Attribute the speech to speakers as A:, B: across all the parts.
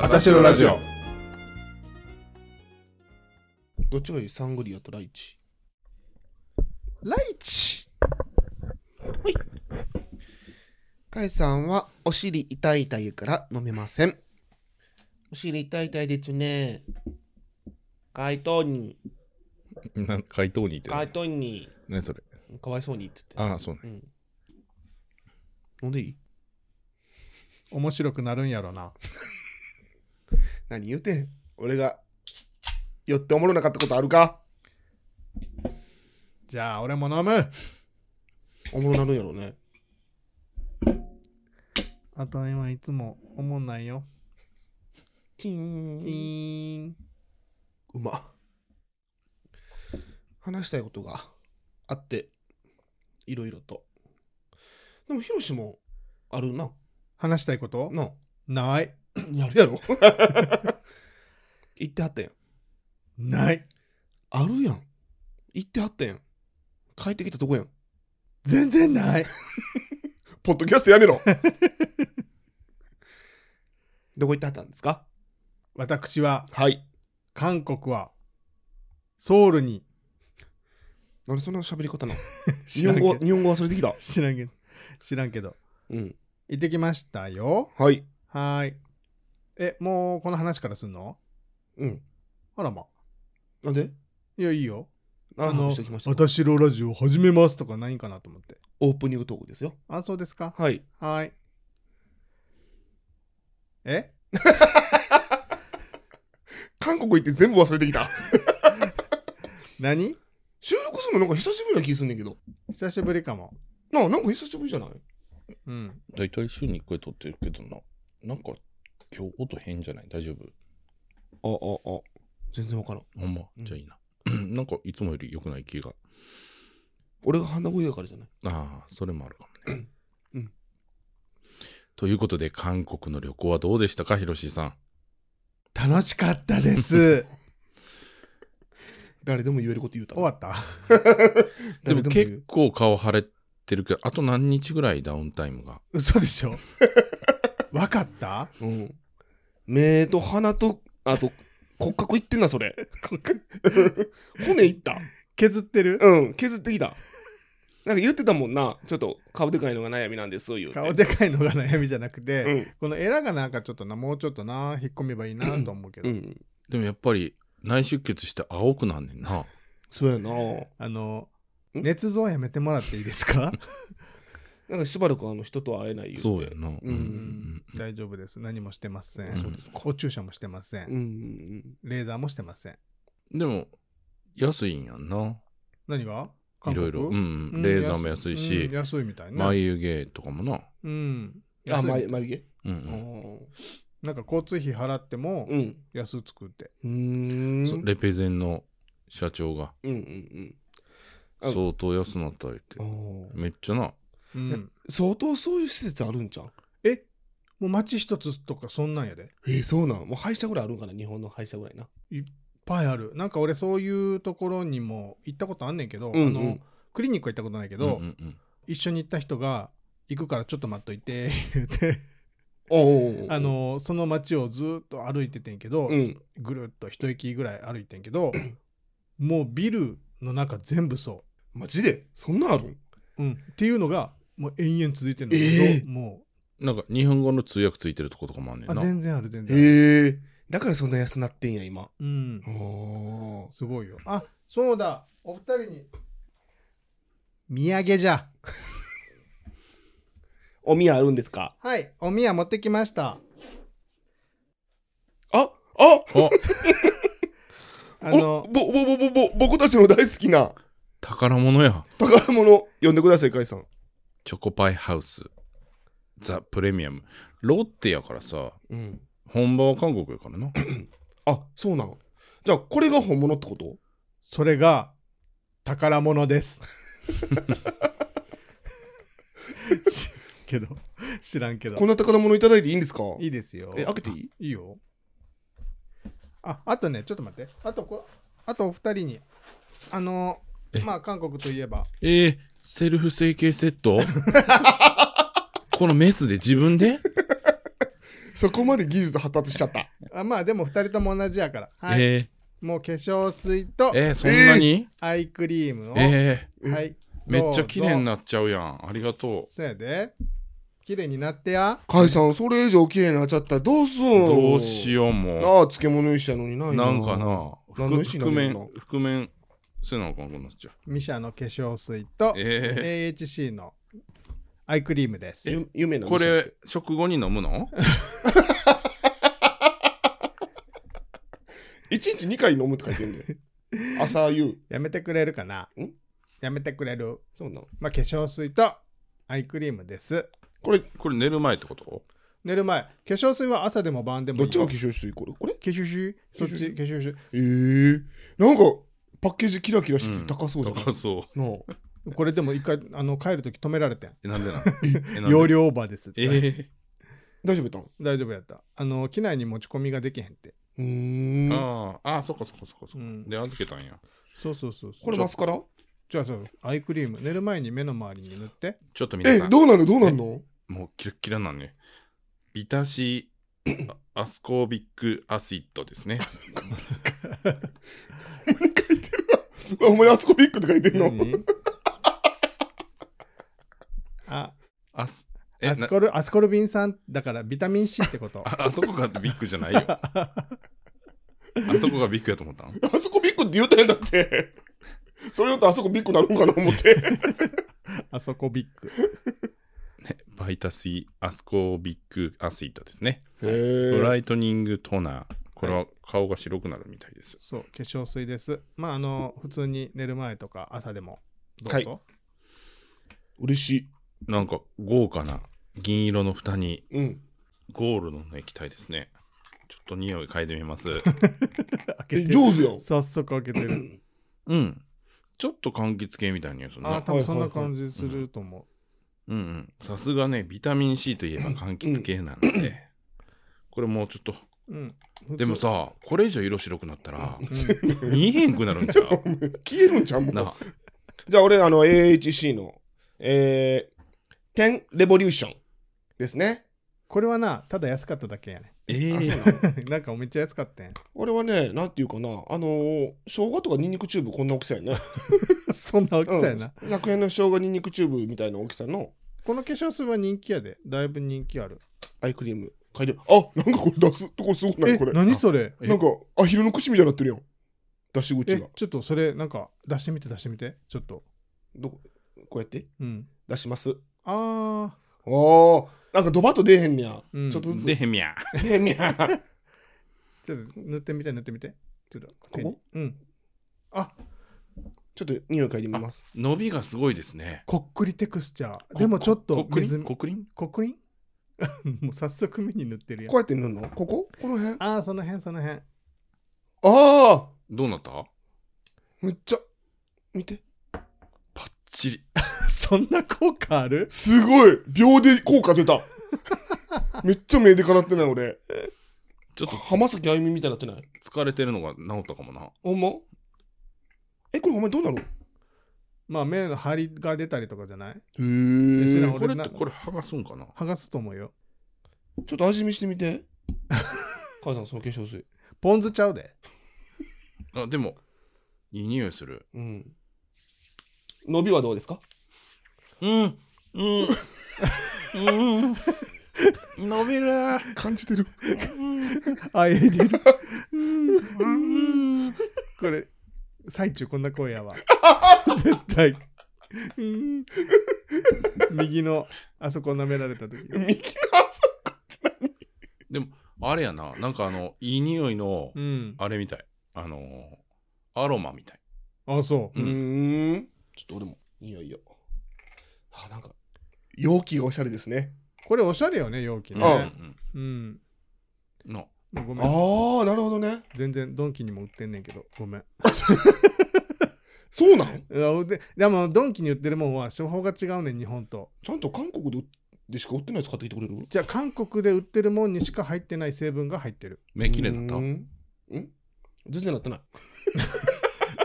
A: あたしろラジオ
B: どっちがいいサングリアとライチ。ライチはい。カイさんは、お尻痛い痛いから飲めません。お尻痛い痛いですね。カイトに、
A: なん回答にいて
B: カイトに、
A: 何それ
B: かわいそうにって言って。
A: ああそうね
B: うん。飲んでいい
C: 面白くなるんやろな。
B: 何言うてん俺が、酔っておもろなかったことあるか
C: じゃあ、俺も飲む。
B: おもろなるんやろうね。
C: あと今いつも思んないよ。
B: チーン。
C: ティーン。
B: うま話したいことがあっていろいろとでもヒロシもあるな
C: 話したいこと
B: な
C: ない。
B: やるやろ 言ってはったやん
C: ない。
B: あるやん言ってはったやん帰ってきたとこやん
C: 全然ない。
B: ポッドキャストやめろ どこ行ってはったんですか
C: 私は、
B: はい
C: 韓国は、ソウルに、
B: なんでそんな喋り 方なの
C: 知
B: 日
C: らん
B: 本語
C: け ど、
B: 日本語忘れてきた
C: 知らんけど、知らんけど、
B: うん
C: 行ってきましたよ。
B: はい
C: はーい。え、もうこの話からすんの
B: うん
C: あらま。
B: なんで
C: いや、いいよ。
B: あ
C: の
B: してきましたか
C: 私のラジオ始めますとか何かなと思って。
B: オープニングトークですよ
C: あ、そうですか。
B: はい
C: はい。え
B: 韓国行って全部忘れてきた
C: 何
B: 収録するのなんか久しぶりな気すんねんけど
C: 久しぶりかも。
B: なあなんか久しぶりじゃない
C: うん。
A: 大体週に1回撮ってるけどななんか今日音変じゃない大丈夫
B: あああ全然分からん
A: ほんま
B: うん
A: じゃあいいな なんかいつもより良くない気が
B: 俺が鼻声だからじゃない
A: ああそれもあるかもね
B: うん
A: ということで韓国の旅行はどうでしたかひろしさん
C: 楽しかったです。
B: 誰でも言えること言うた
C: 終わった
A: で
B: 誰
A: も
B: でも言う
A: 結構顔腫れてるけどあと何日ぐらいダウンタイムが
C: 嘘で しょわかった
B: うん、目と鼻とあと 骨格いってんなそれ骨いった
C: 削ってる
B: うん削ってきたなんか言ってたもんなちょっと顔でかいのが悩みなんですそういう
C: 顔でかいのが悩みじゃなくて、
B: うん
C: このエラがなんかちょっとな、もうちょっとな、引っ込めばいいなと思うけど、
B: うん
A: でもやっぱり内出血して青くなんねんな
B: そうやな
C: あの、
B: ん
C: 捏造やめてもらっていいですか
B: なんかしばらくあの人と会えないよ
A: そうやなうん
B: うん
C: うん大丈夫です。何もしてません。
A: あそう
B: ですか
C: お注射もしてません,、
B: うんうん
C: レーザーもしてません。
A: でも安いんやんな
C: 何が
A: い
C: 韓国
A: ろいろ、う
C: うん
A: ん、レーザーも安いし
C: うん、安いみたいな。
A: 眉毛とかもな、
C: うん。
B: うんあ
C: 安い
B: 眉眉毛
A: うんう
B: あ
A: ん
B: ー
C: なんか交通費払っても
B: うん
C: 安つくって。
B: うーん
A: そレペゼンの社長が
B: うんうんうんあ
A: 相当安なった言って
B: あー
A: めっちゃな
C: うん、
B: 相当そういう施設あるんじゃん
C: えもう街一つとかそんなんやで。いっ
B: えー、そうなんもう歯医者ぐらいあるんかな日本の歯医者ぐらいな
C: ぱいある。なんか俺そういうところにも行ったことあんねんけど、
B: うんうん
C: あのクリニックは行ったことないけ
A: うん
C: ど、
A: うんうん
C: 一緒に行った人が行くからちょっと待っといて 言って
B: おうおうおう
C: あのその街をずっと歩いててんけど、
B: うん
C: ぐるっと一駅ぐらい歩いてんけど もうビルの中全部そう。
B: マジでそんなんあるん
C: うん、っていうのがもう延々続いてるんだけど、
B: えー
C: も
A: なんか日本語の通訳ついてるとことかもあんね
C: うんあ
A: な
C: 全然ある全然ある、
B: へえだからそんな安なってんや今
C: うん
B: お、お
C: すごいよあそうだお二人に土産じゃ
B: お宮あるんですか
C: はいお宮持ってきました
B: ああ
A: あ
C: あ
B: お
C: の
B: ぼぼぼぼぼ僕たちの大好きな
A: 宝物や
B: 宝物呼んでくださいカイさん
A: チョコパイハウスザ・プレミアムロッテやからさ
B: うん
A: 本場は韓国やから な
B: あそうなのじゃあこれが本物ってこと
C: それが宝物ですし けど知らんけど
B: こんな宝物いただいていいんですか
C: いいですよ
B: え開けていい
C: いいよああとねちょっと待ってあとこあとお二人にあの
A: え
C: まあ韓国といえば
A: えー、セルフ整形セッ トこのメスで自分で
B: そこまで技術発達しちゃった
C: あまあでも2人とも同じやから、はい
A: え
C: もう化粧水と
A: ー、えー、そんなに
C: アイクリームを、
A: えー、
C: はい
A: めっちゃ綺麗に
C: な
A: なっちゃうやん。ありがと
C: そうやで綺麗になってや
B: カイさん、それ以上綺麗になっちゃったらどうす
A: う。
B: ん
A: どうしよう
B: う
A: も
B: なあ、漬物石やのにな
A: う。
B: い
A: なんかな、
B: 何の意思
A: 覆
B: なんや
A: 面
B: ろ、
A: 覆面、せなあかんくなっちゃう。
C: ミシャの化粧水と
A: え
C: AHC のアイクリームです
B: ゆ夢な
A: ー、
B: ん
A: こ
B: でしたっけ
A: れ、食後に飲むの
B: 一日二回飲むって書いてるん だよ朝夕
C: やめてくれるかなんやめてくれる
B: そうなの
C: まあ化粧水とアイクリームです
A: これ、これ寝る前ってこと
C: 寝る前化粧水は朝でも晩でも
B: ど
C: いい
B: っちが化粧水これこれ
C: 化粧水そっち化粧水
B: ええなんかパッケージキラキラしてて高そうじゃん、
A: 高そう。
B: なあ
C: これでも一回あの帰るとき止められてん
A: え、なんで なえなんで
C: 容量オーバーですって、
A: えー、
B: 大丈夫だった
C: 大丈夫やったあの機内に持ち込みができへんって、
B: うーん
A: あーあー、そっかそっかそっかそうっか。
C: ん、
A: で、預けたんや。
C: そうそうそうそう
B: これマスカラ
C: じゃあそうアイクリーム寝る前に目の周りに塗って
A: ちょっと皆
B: え
A: さん、
B: どうなのどうなんの
A: もうキラッキラなのね。ビタシーあアスコービックアシッドですね。
B: あお前あそこビッグって書いてんの
C: 何あ
A: アス、え、
C: ア
A: な
C: スコルアスコルビン酸だからビタミン C ってこと
A: ああそこがビッグじゃないよ。 あそこがビッグやと思ったん
B: あそこビッグって言うたんだってそれだとあそこビッグなるんかな思って
C: あそこビッグ
A: バイタシーアスコービッグアシッドですね。
B: へ
A: ブ
B: え
A: ライトニングトーナー。これは顔が白くなるみたいです。
C: そう化粧水ですまああの普通に寝る前とか朝でもどうぞ、
B: 嬉しい
A: なんか豪華な銀色の蓋に
B: うん
A: ゴールドの液体ですね。ちょっと匂い嗅いでみます。
C: 開け
B: え
C: てる
B: 上手やん
C: 早速開けてる
A: うん。ちょっと柑橘系みたいな匂いする
C: あ
A: な。
C: 多分そんな感じすると思う、
A: うんうん。さすがね、ビタミン C といえば柑橘系なん で。これもうちょっと。
C: うん、
A: でもさ、これ以上色白くなったら、
C: 普通、うん
A: 見えへんくなるんちゃ う
B: 消えるんちゃうもん
A: なあ。
B: じゃあ俺あの AHC のえー、テンレボリューションですね
C: これはなただ安かっただけやね
A: ええ
C: なんかめっちゃ安かったやん
B: あれはねなんていうかなあのー、生姜とかニンニクチューブこんな大きさやね
C: そんな大きさやな、
B: うん、100円の生姜ニンニクチューブみたいな大きさの
C: この化粧水は人気やでだいぶ人気ある
B: アイクリーム買いであなんかこれ出すとこれすごくない
C: え
B: これな
C: 何それ
A: え
B: んかアヒルの口みたいになってるやん出し口
C: え
B: が
C: ちょっとそれなんか出してみて出してみてちょっと
B: どここうやって
C: うん
B: 出します
C: ああ
B: おーなんかドバッと出えへんねや、
C: うん
B: ちょっとずつ
A: で
B: 出
A: へみゃ。
B: えへんね や
C: ちょっと塗ってみて塗ってみてちょっとこ
B: こ
C: うんあ
B: ちょっと匂い嗅いでみます
A: 伸びがすごいですね。
C: こっくりテクスチャーでもちょっと
A: ここっくり
C: 水
A: んこっくりん
C: こっくりん もう早速目に塗ってるやん
B: こうやって塗るのこここの辺あ
C: ああその辺その辺
B: あ
A: どうなった
B: ーめっちゃ見て
A: パッチリ。
C: そんな効果ある
B: すごい秒で効果 出ためっちゃ目でかなってない俺
A: ちょっと
B: 浜崎あゆみみたいになってない
A: 疲れてるのが治ったかもな。
B: ほんまえこれほんまにどうなの
C: まあ目の張りが出たりとかじゃな
B: へ
C: い知らん
A: これ
C: 俺
A: っ
C: な
A: てこれ剥がすんかな
C: 剥がすと思うよ
B: ちょっと味見してみて 母さんその化粧水
C: ポン酢ちゃうで
A: あ、でも、いい匂いする。
B: うん伸びはどうですか
A: うん。うん。うん。伸びる。
B: 感じてる
C: あえで
A: うん。
C: これ最中こんな声や わ絶対うん右のあそこ舐められた時
B: 右の
A: でも、あれやな。なんかあの、いい匂いの
C: う、ん
A: あれみたい。あのー、アロマみたい。
C: あそう
B: うーんちょっと俺も匂いよあなんか容器がおしゃれですね
C: これおしゃれよね容器
A: うんう
C: ね
A: ん
C: うん
A: うんの
C: ごめ
B: あ
C: ん
B: あなるほどね
C: 全然ドンキにも売ってんねんけどごめん
B: そうなん
C: あででもドンキに売ってるもんは処方が違うねん日本と
B: ちゃんと韓国ででしか売ってないやつ買ってきてくれる
C: じゃあ韓国で売ってるもんにしか入ってない成分が入ってる
A: 目綺麗だった
B: うー。んん全然なってない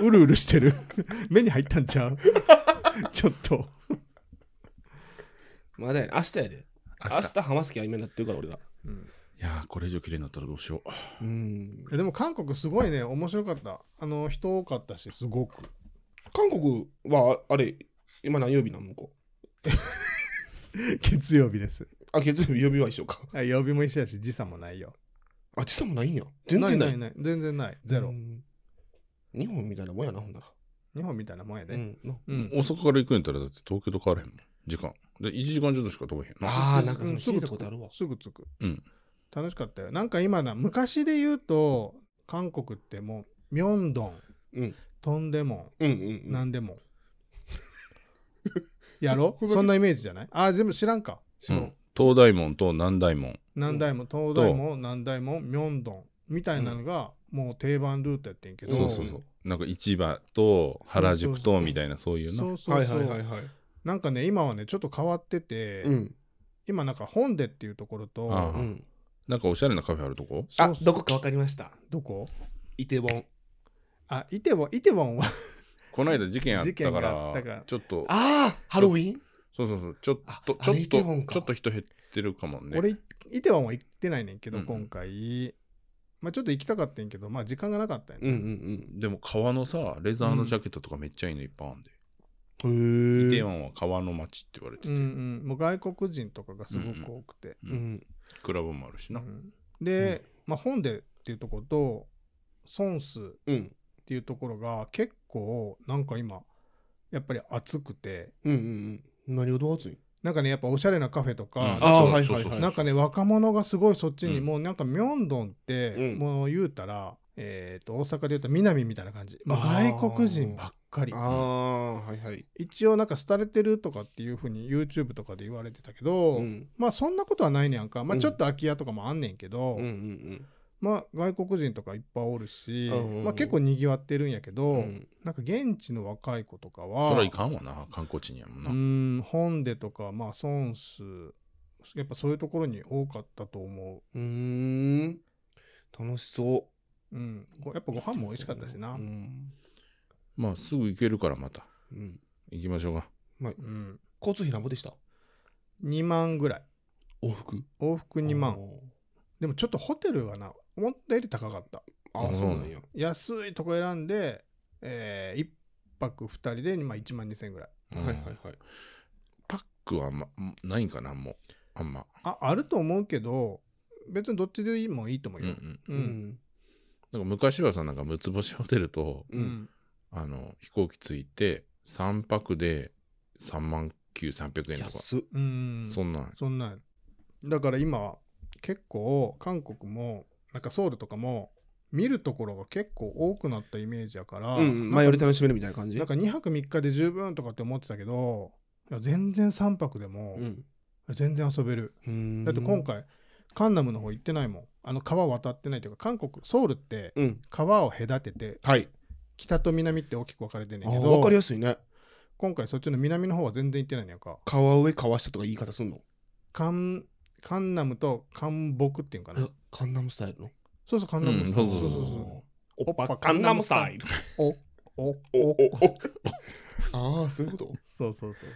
B: う
C: るうるしてる 目に入ったんちゃう ちょっと
B: まだやね明日やで
A: 明日。
B: 浜崎あゆみになってるから俺ら
C: うん
A: いやー、これ以上綺麗になったらどうしよう。
B: うん。
C: えでも韓国すごいね面白かったあの人多かったしすごく
B: 韓国は、あれ、今何曜日なん向こ
C: 月曜日です
B: う。あ、月曜日、曜日は一緒か。
C: あ曜日も一緒やし時差もないよ
B: あ、時差もないんや。全然ない。
C: ないないない全然ないゼロ、
B: うん日本みたいなもんやな、ほんなら。
C: 日本みたいなもんやで、
B: うん。な
C: うん
A: 大阪から行くんやったら、だって東京と変わらへんもん。時間。で、1時間ちょっとしか飛べへんな。
B: あーなんか
C: う
B: その
C: す
B: 聞
C: ぐ
B: い
C: 着
B: た
C: く
B: ことあるわ
C: すぐ着く、
A: うん
C: 楽しかったよなんか今な昔で言うと韓国ってもうミョンドン、
B: うん
C: とんでも、
B: うんうんんうん。
C: なんでも やろ
B: ふざけ
C: そんなイメージじゃないあー全部知らんか
B: その
A: うん東大門と南大門。
C: 何台も東大も何台もミョンドンみたいなのがもう定番ルートやってんけど、
A: そうそうそう。なんか市場と原宿とみたいな、そういうな。
C: そうそうそう
B: はいはいはいはい。
C: なんかね今はねちょっと変わってて、
B: うん。
C: 今なんか本でっていうところと
A: あ
B: う
A: ー
B: ん。
A: なんかおしゃれなカフェあるとこ
B: あ
C: そう、そう
B: どこかわかりました。
C: どこ
B: イテウォン。
C: あイテウォンイテウォンは
A: この間事件あったか
C: 事件があ
A: ら
C: ったから
A: ちょっと
B: ああ、ハロウィン
A: そうそうそうちょっ
B: あ
A: と
B: あ
A: ちょ
B: れ
A: っ
B: イテウォン
A: と
B: か
A: ちょっと人減ってるかもね
C: 俺イテウォンは行ってないねんけど、
A: うん
C: 今回まあちょっと行きたかったんやけどまあ時間がなかったんや、
B: うんうん
A: でも革のさレザーのジャケットとかめっちゃいいのいっぱいあるんで、
B: うん。へえ。
A: イテウォンは革の街って言われてて、
C: うんうんもう外国人とかがすごく多くて、
A: う
B: うんん。
A: クラブもあるしな、
C: うんで、まあ、本でっていうところとソンスっ
B: うん。
C: ていうところが結構なんか今やっぱり熱くて
B: うんうんうん。何をどう熱い
C: なんかねやっぱおしゃれなカフェとか、
A: うん
C: なん
B: あ
C: か
B: ー
A: そう
B: はい
A: そう
B: はい
A: そうそう
C: なんかね若者がすごいそっちに、
A: うん
C: もうなんかミョンドンって、
B: うん
C: もう言うたら、えー、と大阪で言うと南みたいな感じもう
B: あー
C: 外国人ばっかり
B: ああ、はいはい。
C: 一応なんか廃れてるとかっていうふうに YouTube とかで言われてたけど、
B: うん
C: まあそんなことはないねやんか、まあ、
B: うん
C: ちょっと空き家とかもあんねんけど、
B: うんうん
C: まあ外国人とかいっぱいおるし、
B: うんうんうん
C: まあ、結構にぎわってるんやけど、
B: うんうん。
C: なんか現地の若い子とか
A: そ
C: は
A: りゃいかんわな観光地にやもんな、
C: うんホンデとか、まあ、ソンスやっぱそういうところに多かったと思
B: うーん。楽しそう。
C: う、うん、ごやっぱご飯も美味しかったしな、う
B: うんん。
A: まあすぐ行けるからまた
B: うん
A: 行きましょうか
B: 交通費なんぼでした
C: 2万ぐらい
B: 往復
C: 往復2万
B: おー。
C: でもちょっとホテルがな思ったより高かった
B: あ
A: う
B: あ、
A: ん
B: そうなんや。
C: 安いとこ選んで、え1泊2人で、まあ、1万2000円ぐらい
A: うん
B: はいはいはい。
A: パックはあんまないんかなもうあんま
C: ああると思うけど別にどっちでもいいと思
A: う
C: うんよ、
A: うん
C: う
B: うんん。
A: なんか昔はさなんか六つ星ホテルと
B: う。
C: うんん
A: あの飛行機着いて3泊で3万9300円とか
B: 安っ。
C: うん
A: そんなん
C: そんなんだから今結構韓国もなんかソウルとかも見るところが結構多くなったイメージやから、
B: うんうん。前
C: な
B: よ
C: ん
B: り
C: か
B: 楽しめるみたいな感じ
C: なんか2泊3日で十分とかって思ってたけどいや全然3泊でも
B: うん。
C: 全然遊べる、
B: うん
C: だって今。回カンナムの方行ってないもんあの川渡ってないというか韓国ソウルって
B: うん。
C: 川を隔てて
B: はい。
C: 北と南って大きく分かれてんね
B: あ
C: んけ
B: あ、
C: ど
B: わかりやすいね。
C: 今回そっちの南の方は全然行ってないのやんか
B: 川上川下とか言い方すんの
C: カンカンナムとカンボクっていうんかな
B: えカンナムスタイルの
C: そうそう、カンナムス
A: う
C: タイル。
A: んそうそう
B: おっぱカンナムスタイル。
C: そう。お、お、
B: おおお。ああ、そういうこと
C: そうそうそう。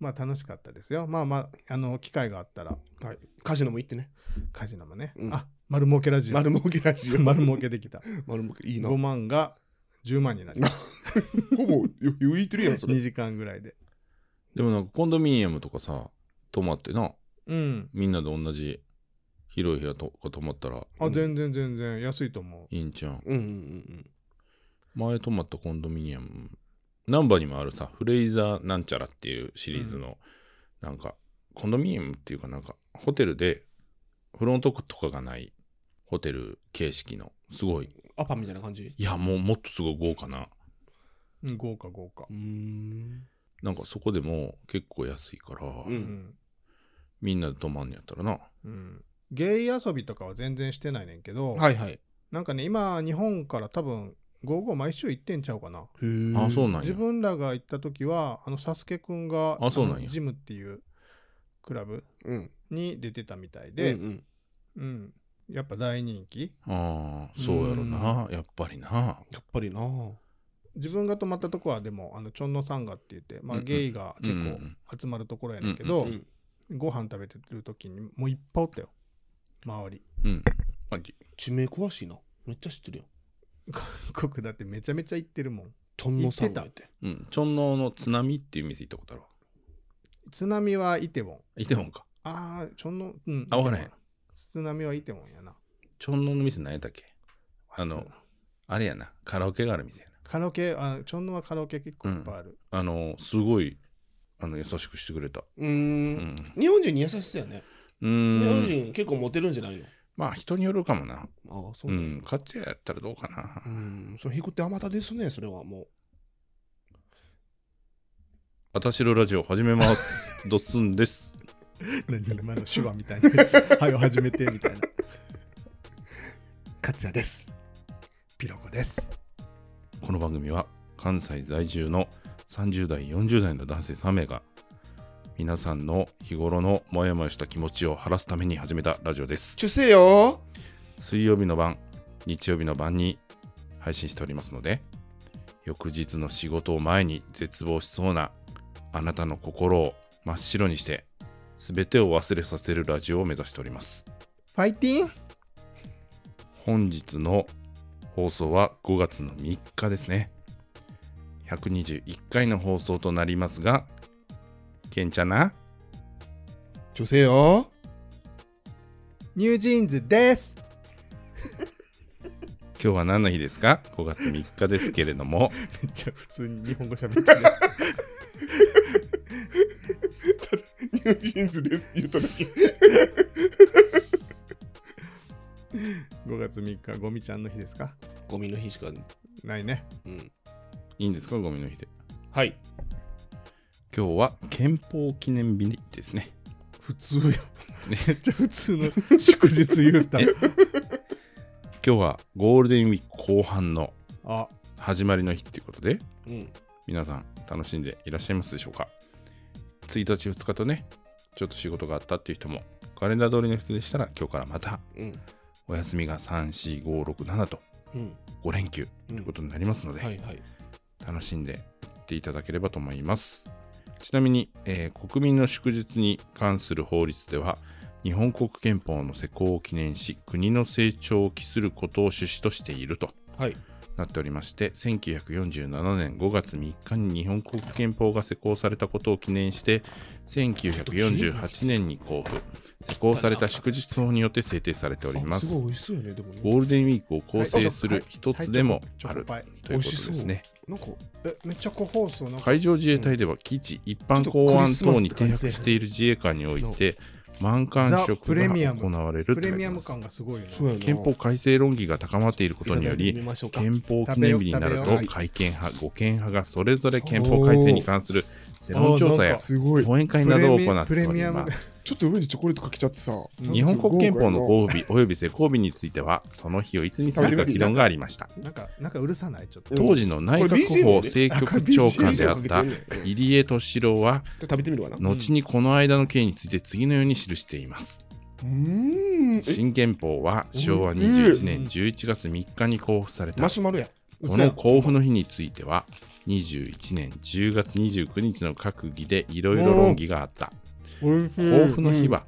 C: まあ楽しかったですよ。まあまあ、あの、機会があったら、
B: はい。カジノも行ってね。
C: カジノもね。
B: うん
C: あ、丸儲けラジオ。
B: 丸儲けラジオ。
C: 丸儲けできた。
B: 丸儲け。いいな。
C: 5
B: ほ
C: 万が10万になります。
B: ぼ余裕いってるやん、 それ。
C: 2時間ぐらいで。
A: でもなんかコンドミニアムとかさ泊まってな
C: うん。
A: みんなで同じ広い部屋とか泊まったら
C: あ、全然全然安いと思う。
A: いいんちゃん
B: うんうんうん
A: 前泊まったコンドミニアム難波にもあるさフレイザーなんちゃらっていうシリーズの、なんかコンドミニアムっていうかなんかホテルでフロントとかがないホテル形式のすごい
B: うん。アパみたいな感じ
A: いやもうもっとすごい豪華な
C: うん、豪華豪華
B: う。ーん。
A: なんかそこでも結構安いから、
B: う。
C: うんん。
A: みんなで泊まんねやったらな
C: うん。ゲイ遊びとかは全然してないねんけど、
B: はいはい。へ
C: なんかね、今、日本から多分、55毎週行ってんちゃうかな。
B: え
A: あそうなんや
C: 自分らが行った時はあのサスケくんが
A: あそうなんや
C: のジムっていうクラブ
B: うん。
C: に出てたみたい
B: で、
C: で、
B: う
C: うんん
B: うん。
C: やっぱ大人気
A: ああそうやろな、やっぱりな
B: やっぱりな。
C: 自分が泊まったとこはでもあのチョンノサンガって言って、ま
A: うん
C: あ、
A: うん
C: ゲイが結
A: うんう
C: 構
A: ん
C: 集まるところやねんけど、
B: うん。
C: ご飯食べてる時にもういっぱいおったよ周り
A: うん。あぎ
B: 地名詳しいな。めっちゃ知ってるよ。
C: 韓国だってめちゃめちゃ行ってるもん
B: チョンノサン
C: 行っ
B: 街
C: て
B: って。
A: うん。チョンノの津波っていう店行ったことあるわ。
C: 津波はイテウォン
A: イテウォンか。
C: ああちょんのうん
A: あわからへ
C: イ
A: ん
C: テウォン津波はイテウォンやな
A: チョンノの店何やったっけあの
C: 忘れた
A: あれやな。カラオケがある店やな。
C: カラオケあちょんのはカラオケ結構いっぱいある、
A: あの、すごい、あの、優しくしてくれた。
B: うー。
A: うんん。
B: 日本人に優しさやね。
A: う
B: 日本
A: ん。
B: 人結構モテるんじゃないの
A: まあ、人によるかもな。
B: ああ、そう
A: う
B: なんだ
A: ん。勝也やったらどうかな
B: う。ん。それ引くってあまたですね、それはもう。
A: あたしろラジオ始めます。ドッスンです。
C: 何今の手話みたいなはよ始めてみたいな
B: 勝也です。
C: ピロコです
A: この番組は関西在住の30代、40代の男性3名が皆さんの日頃のモヤモヤした気持ちを晴らすために始めたラジオです。
B: ちゅせよ
A: 水曜日の晩、日曜日の晩に配信しておりますので、翌日の仕事を前に絶望しそうなあなたの心を真っ白にして、すべてを忘れさせるラジオを目指しております。
C: ファイティン
A: 本日の放送は5月の3日ですね121回の放送となりますがけんちゃな
B: ちゅせよ
C: ニュージーンズです
A: 今日は何の日ですか5月3日ですけれども
C: めっちゃ普通に日本語喋ってる
B: ニュージーンズですって言った時。
C: 5月3日ゴミちゃんの日ですか
B: ゴミの日しか。
C: ないね
B: うん。
A: いいんですかゴミの日で
B: はい。
A: 今日は憲法記念日ですね
C: 普通やめっちゃ普通の祝日言 うた
A: 今日はゴールデンウィーク後半の
C: あ
A: 始まりの日ということで
B: うん。
A: 皆さん楽しんでいらっしゃいますでしょうか1日2日とねちょっと仕事があったっていう人もカレンダー通りの人でしたら今日からまた
B: うん。
A: お休みが34567と
B: うん。
A: 5連休
B: う
A: というんこ。とになりますので、
B: はいはい。
A: 楽しんでいっていただければと思いますちなみに、えー国民の祝日に関する法律では日本国憲法の施行を記念し国の成長を期することを趣旨としていると
B: はい。
A: なっておりまして1947年5月3日に日本国憲法が施行されたことを記念して1948年に交付施行された祝日法によって制定されておりま
B: あ
A: す
B: すごい美味しそうやね、でもね。
A: ゴールデンウィークを構成する一つでもある
C: はい
A: ということですね。
B: なんか、
C: えめっちゃ個包装なんか
A: 海上自衛隊では基地、一般公安等に転覆している自衛官において、満艦
C: ザ
A: 職
C: プ
A: が
C: レミア
A: 行
C: ム
A: われると
C: プ
A: い
C: レ
A: うこ
C: ミア
A: とで
C: ム
A: す
C: 感がすごいよね
B: そうやな。
A: 憲法改正論議が高まっていることによ
B: いただいて
A: り
B: み、ましょうか
A: 憲法記念日になると、改憲派、護憲派がそれぞれ憲法改正に関する世論調査や
B: すごい。
A: 講演会などを行って
C: プレ
A: お
C: ミ
A: り
C: アム
A: ます。
B: ちょっと上にチョコレートかけちゃってさ。
A: 日本国憲法の合否及び施行日については、その日をいつにするか議論がありました。
C: なんかなんかうるさないちょっと
A: 当時の内閣法政局長官であった入江敏郎は、
B: 食べてみるわな。う
A: 後にこの間の刑について次のように記しています。
B: ーん。え
A: 新憲法は昭和21年11月3日に交付された
B: マ。シュマロや。
A: この交付の日については、21年10月29日の閣議でいろいろ論議があった。交付の日は、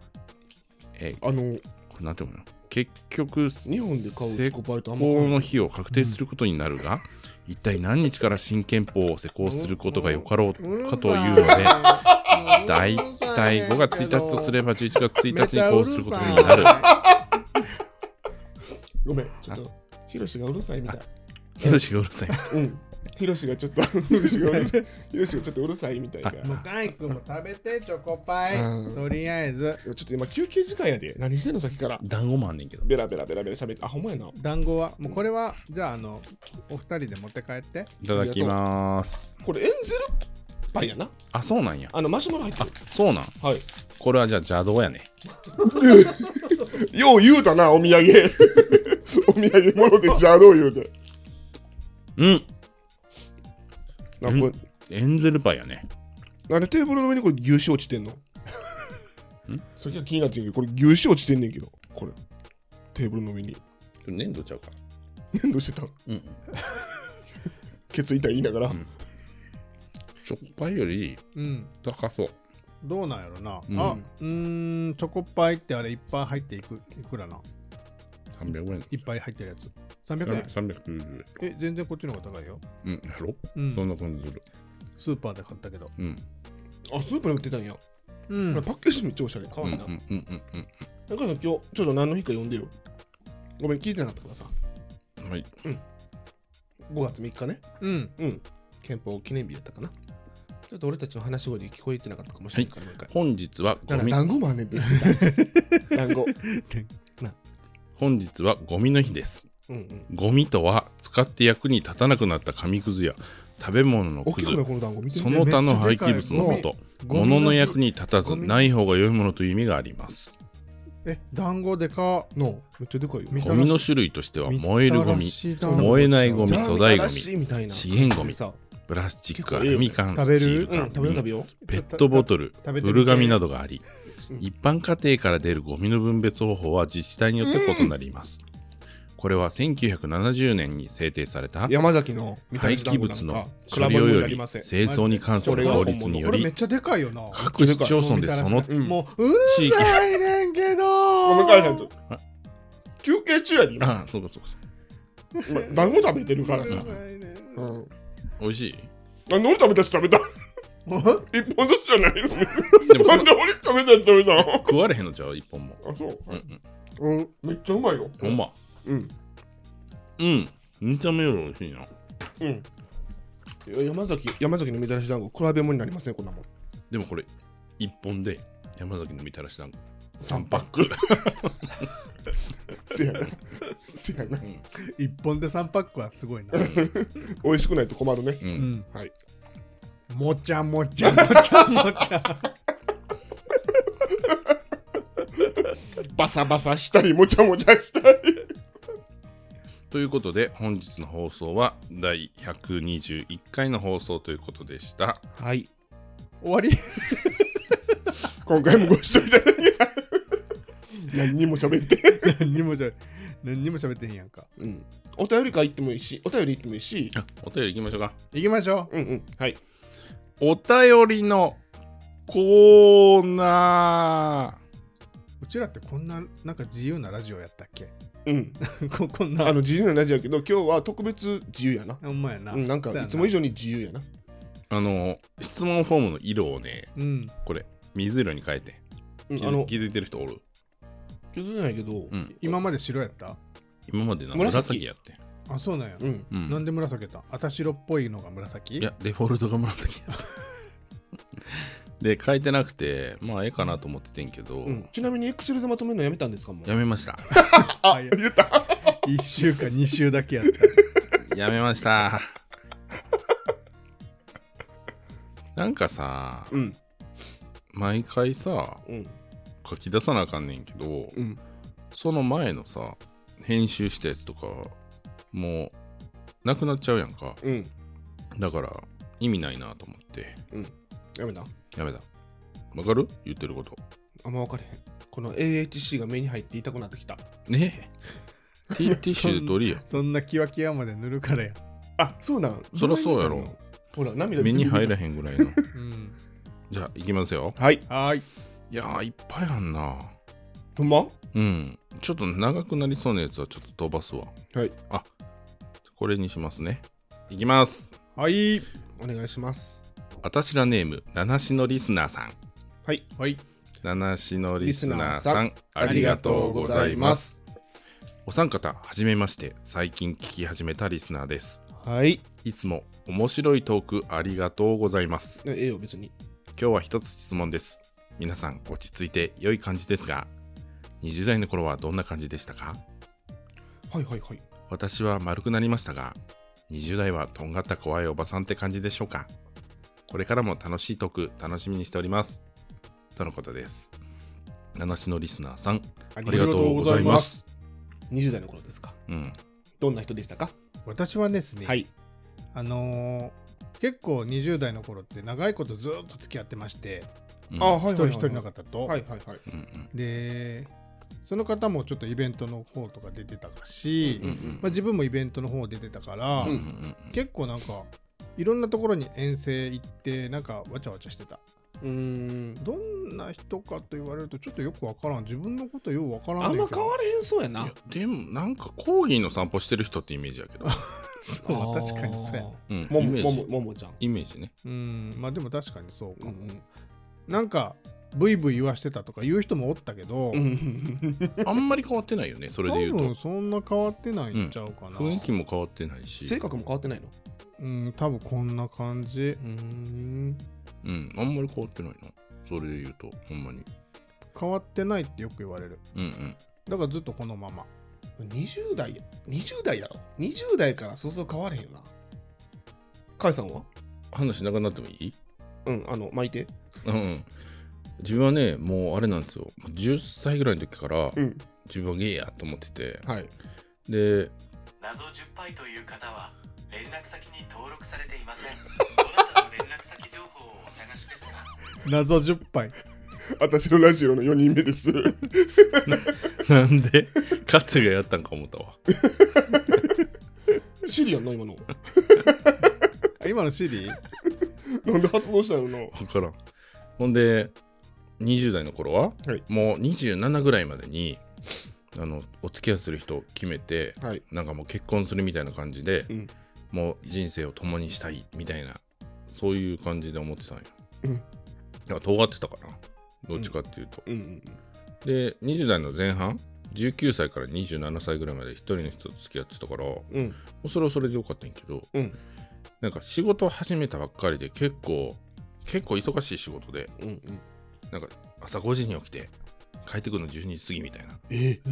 A: えー
B: あの、
A: これなんていうの結局、
B: 日本で買うチョコバイトあんま買
A: 法
B: わない
A: の日を確定することになるが、一体何日から新憲法を施行することがよかろうかというので、だいたい5月1日とすれば11月1日に交付することになる。
B: ごめん、ちょっと、ヒロシがうるさいみたい。
A: ヒロシがうるさい。
B: うん。ヒロシがちょっと、ヒロシがうるさい。ヒロシがちょっとうるさいみたいな。
A: あ
C: もうカイ君も食べてチョコパイ
B: うん
C: とりあえず
B: ちょっと今休憩時間やで。何してんのさっきから。
A: 団子もあんねんけど。
B: ベラベラベラベラ喋って。あ、ほんまやな。
C: 団子はもうこれはじゃああのお二人で持って帰って
A: いただきます。
B: これエンゼルパイやな。
A: あ、そうなんや。
B: あの、マシュマロ入って
A: あ
B: る。、
A: そうなん。
B: はい。
A: これはじゃあ邪道やね。
B: よう言うたな、お土産。 お土産物で邪道言うて。
A: うん。
B: なんかこ
A: エンゼルパイやね。
B: れ、なんでテーブルの上にこれ牛脂落ちてんのさっきは気になってんけど、これ牛脂落ちてんねんけど、これ。テーブルの上に。
A: 粘土ちゃうか。
B: 粘土してた。
A: うん。
B: ケツ痛い言いながら。
A: んチョコパイより
C: うん
A: 高そう。
C: どうなんやろな、
A: うん
C: あうーんチョコパイってあれいっぱい入っていくいくらな
A: 300円
C: いっぱい入ってるやつ300円
A: 390円
C: え全然こっちの方が高いよ、
A: うんやろ
C: う
A: そん
C: ん、
A: な感じする
C: スーパーで買ったけど、
A: うん
B: あスーパーに売ってたんや、
C: うん
B: これパッケージめっちゃおしゃれか
A: う
B: わ
A: ん
B: いうい
A: ん
B: な、
A: うんうんうん
B: 中川さん今日ちょっと何の日か呼んでよごめん聞いてなかったからさ
A: うんはい
B: 5月3日ね
C: うん
B: うん憲法記念日やったかなちょっと俺たちの話し声で聞こえてなかったかもしれないから、もう一回
A: 本日はゴ
B: だから
A: ミ
B: 団子もあんねんって団子
A: 本日はゴミの日です
B: うんうん
A: ゴミとは使って役に立たなくなった紙くずや食べ物の
B: 大
A: く
B: き
A: ず
B: くないこの団子見て
A: その他の廃棄物のこ
C: めっちゃで
A: と
C: ゴミ
A: 物の役に
C: に
A: 立たず
C: ゴミ
A: ない方が良いものという意味があります
C: え団子でか
B: のめっちゃでかいよ
C: みた
A: ゴミの種類としては燃えるゴミ燃
C: 燃
A: えないゴミ
B: ザ
A: 粗大ゴミ
B: みたらしみたいな
A: 資源ゴミ
B: さ
A: プラスチックア
B: 結構ええ
A: ル
B: よね
A: ミ缶
C: 食べる
A: スチール
B: うん
A: 缶
B: 食べよう食べよう
A: ペットボトル
C: 食べてみて
A: ブルガミなどがあり
B: うん
A: 一般家庭から出るゴミの分別方法は自治体によって異なりますこれは1970年に制定された
B: 山崎のみた
A: 廃
B: らし団
A: 棄
B: 子なんか
A: 物の
B: 比
A: 処
B: べ
A: 理
B: 物に
A: 及
B: な
A: び
B: りません
A: 清掃に関する法律に
C: こ
A: よ
C: れめっ
A: り
C: ちゃでかいよな
A: 各市町村でその
B: うん
C: もううるさいねんけ
B: ご
C: ど
B: めんかいさんと
A: あ
B: 休憩中やで今
A: あそうかそうか
B: 今団子食べてるから
C: う
B: さ
C: るさいねん
B: うん
A: 美味しい
B: なんで俺食べたやつ食べた
C: お
B: 一本ずつじゃないの
A: でもそ
B: なんん
A: な
B: で俺食べたやつ食べたの
A: 食われへんのちゃう一本も
B: あそう
A: うんうん
C: うん
B: めっちゃうまいよ
A: ほんま
B: うん
A: うん見た目より美味しいな
B: うんいや山崎山崎のみたらし団子比べ物になりませんこんなもん
A: でもこれ一本で山崎のみたらし団子
B: 3パック せやな せやな
C: 一本で三パックはすごいな
B: 美味しくないと困るね
A: う
C: うんん
B: はい
C: もちゃもちゃもちゃもちゃ
B: バサバサしたりもちゃもちゃしたり
A: ということで本日の放送は第121回の放送ということでした
B: はい
C: 終わり
B: 今回もご視聴いただき 何にも喋って、
C: 何にもしゃ何にも喋ってへんやんか
B: うん、お便りか言ってもいいしお便り言ってもいいし
A: あお便りいきましょうか
C: 行きましょ
B: うんうんはい
A: お便りのコーナ
C: ううちらってこんななんか自由なラジオやったっけ
B: うん
C: ここん
B: あ
C: な
B: の自由なラジオやけど今日は特別自由やな
C: ほんまやな
B: うんなんかいつも以上に自由やな
A: ーあの質問フォームの色をね
C: うん
A: これ水色に変えて
B: うん
A: 気
B: あ
A: づ
B: の
A: 気づいてる人おる、
B: 気づいてないけど
A: う、
B: うん
C: 今まで白やった
A: 今までな
B: 紫
A: 紫やって、
C: あそうなんや、
B: ん
A: うん、
C: なんで紫やったんあた白っぽいのが紫
A: いや、デフォルトが紫だった。 で、書いてなくて、まあ、ええかなと思っててんけど、
B: うんちなみにエクセルでまとめるのやめたんですかもう
A: やめました。
C: あ
B: 言った
C: 1週か2週だけやっ
A: やめました。なんかさ、
B: うん
A: 毎回さ、
B: うん
A: 書き出さなあかんねんけど、
B: うん
A: その前のさ、編集したやつとか、もう、なくなっちゃうやんか。
B: うん
A: だから、意味ないなと思って、
B: やめた
A: やめた。わかる言ってること。
B: あんま分かれへんこの AHC が目に入って痛くなってきた
A: ねえ。ティティッシュで取りや。
C: たそんなキワキワまで塗るからや、
B: あそうなん
A: そらそうやろ
B: どない見たのほら涙
A: 目に入
B: る
A: らへんぐらいの。
C: うん、
A: じゃあ、いきますよ。
B: はい
C: はーい
A: いやー、いっぱいあんな。
B: ほんま
A: うん。ちょっと長くなりそうなやつはちょっと飛ばすわ。
B: はい。
A: あ、これにしますね。いきます。
C: はい
B: お願いします
A: あたしらネーム、七しのリスナーさん。
B: はい
C: はい
A: 七しのリスナーさん、
B: リ
A: ありがとうございます。お三方、はじめまして。最近聞き始めたリスナーです。
B: はい
A: いつも面白いトークありがとうございます。
B: ええよ別に
A: 今日は一つ質問です。皆さん、落ち着いて良い感じですが、20代の頃はどんな感じでしたか
B: はいはいはい
A: 私は丸くなりましたが20代はとんがった怖いおばさんって感じでしょうかこれからも楽しいトーク楽しみにしておりますとのことです七しのリスナーさん
B: あ
A: ありがとうございます
B: 20代の頃ですか
A: うん
B: どんな人でしたか
C: 私はですね、
B: はい
C: あのー結構20代の頃って長いことずーっと付き合ってまして
A: うん
B: あはい
C: 一
B: はいは
C: 人
B: い
C: 一人の方
B: は
C: と、
B: いはいはい
A: うんうん
C: でその方もちょっとイベントの方とか出てたし、
A: うんうん
C: まあ、自分もイベントの方出てたから、
A: うんうん
B: ん
A: うん
C: 結構なんかいろんなところに遠征行ってなんかわちゃわちゃしてたうーんどんな人かと言われるとちょっとよくわからん自分のことようわからん
B: あんま変われへんそうや
A: い
B: な
A: やでもなんかコーギーの散歩してる人ってイメージやけど、
C: そう
B: あー
C: 確かにそうや
A: うん、
B: も
A: イ
B: も
A: メ
B: も
A: ー
B: も
A: ジ
B: ももちゃん、
A: イメージね
C: うんまあでも確かにそうか
B: う
C: も、
B: ん
C: なんかブイブイ言わしてたとか言う人もおったけど、
B: うんうん、
A: あんまり変わってないよねそれ
C: 多
A: で言う
C: 分そんな変わってないんちゃうか
A: と
C: な、
A: 雰囲気も変わってないし
B: 性格も変わってないの
C: うん多分こんな感じ
B: うーん
A: うんあんまり変わってないなそれで言うとほんまに
C: 変わってないってよく言われる
A: うんうん
C: だからずっとこのまま
B: 20代や20代やろ20代からそうそう変われへんよな甲斐さんは
A: 話なくなってもいい
B: うんあの巻いて
A: うん自分はねもうあれなんですよ10歳ぐらいの時から
B: うん
A: 自分はゲイやと思ってて
B: はい
A: で
D: 謎10杯という方は連絡先に登録されていません。どなたの連絡先情報をお探しですか
C: 謎10杯
B: 私のラジオの4人目です
A: なんでカツがやったんか思ったわ
B: シリアンの今の
C: あ 今の CD?
B: なんで発動したのの
A: 分からんほんで20代の頃は、
B: はい
A: もう27ぐらいまでにあのお付き合いする人を決めて
B: はい
A: なんかもう結婚するみたいな感じで、
B: うん
A: もう人生を共にしたいみたいなそういう感じで思ってたんよ、
B: うん
A: だから尖ってたかなどっちかっていうと、
B: うんうん
A: で20代の前半19歳から27歳ぐらいまで一人の人と付き合ってたからも
B: うん
A: うそれはそれでよかったんやけど、
B: うん
A: なんか仕事を始めたばっかりで結構結構忙しい仕事で
B: うんうん
A: なんか朝5時に起きて帰ってくるの12時過ぎみたいな
B: え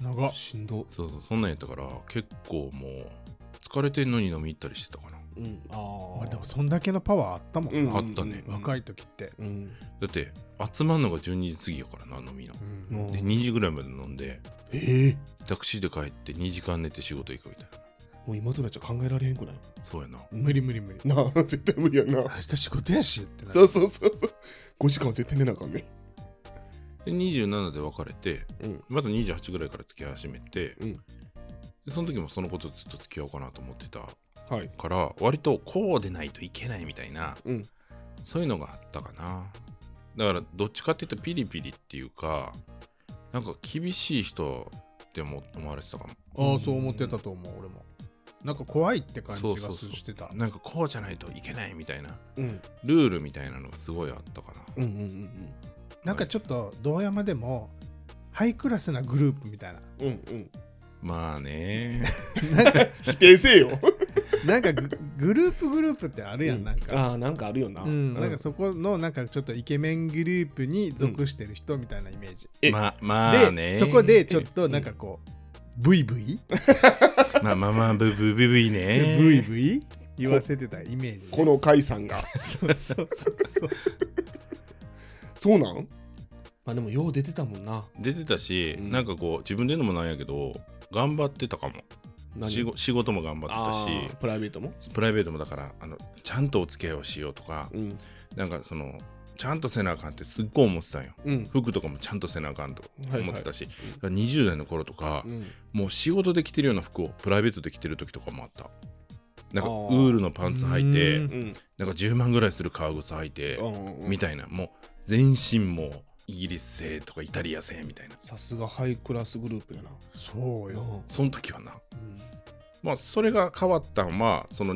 C: 長っ
B: しんど
A: そうそうそんなんやったから結構もう疲れてんのに飲み行ったりしてたかな
B: うんあ
C: あ
B: あ
C: でもそんだけのパワーあったもんな、
A: あったね
C: 若
B: い
C: い時って、
B: うん
A: だって集まんのが12時過ぎやからな飲みの
C: うん
B: もう
A: で2時ぐらいまで飲んで
B: ええ
A: タクシーで帰って2時間寝て仕事行くみたい
B: もう今となっちゃ考えられへんくない
A: なそうやな
C: 無理無理無理
B: なあ 絶対無理やんな
C: 明日仕事やしってなる
B: そうそうそうそう5時間は絶対寝なあかんね
A: で27で別れて、
B: うん
A: また28ぐらいから付き合い始めて、
B: うん
A: でその時もそのことずっと付き合おうかなと思ってた
B: はい
A: から割とこうでないといけないみたいな、
B: うん
A: そういうのがあったかなだからどっちかっていうとピリピリっていうかなんか厳しい人って思思われてたかも
C: ああそう思ってたと思う俺もなんか怖いって感じ
A: そ
C: が
A: う
C: す
A: そうそう
C: してた
A: なんかこうじゃないといけないみたいな
B: うん
A: ルールみたいなのがすごいあったかな
B: うんうん
C: なんかちょっと堂山でもハイクラスなグループみたいな
B: う んうんうん
A: まあね
B: 否定せえよ
C: なんかググループグループってあるやん、なん か
B: ああなんかあるよな
C: うん、なんかそこのなんかちょっとイケメングループに属してる人みたいなイメージ、
B: え
A: ままあね
C: でそこでちょっとなんかこう、ブイブイ
A: まあまあまあブブブブイね
C: ブイブイ言わせてたイメージ
B: この甲斐さんが
C: そうそうそうそう
B: そうなんまあでもよう出てたもんな
A: 出てたし、
B: うん
A: なんかこう自分で言うのもなんやけど頑張ってたかも仕事仕事も頑張って
B: あープライベートも
A: たしプライベートもだからあのちゃんとお付き合いをしようとか、
B: うん
A: なんかそのちゃんとせなあかんってすっごい思ってたんよ
B: うん
A: 服とかもちゃんとせなあかんと
B: はい
A: 思ってたし、だから20代の頃とか、
B: うん
A: もう仕事で着てるような服をプライベートで着てる時とかもあったなんか
B: あ
A: ウ
B: ー
A: ールのパンツ履いて
C: うん
B: うん
A: なんか10万ぐらいする革靴履いて、
B: うん
A: みたいなもう全身もうイギリス製とかイタリア製みたいな
B: さすがハイクラスグループやな
C: そうよ、
A: その時はな
B: うん
A: まあそれが変わったのはその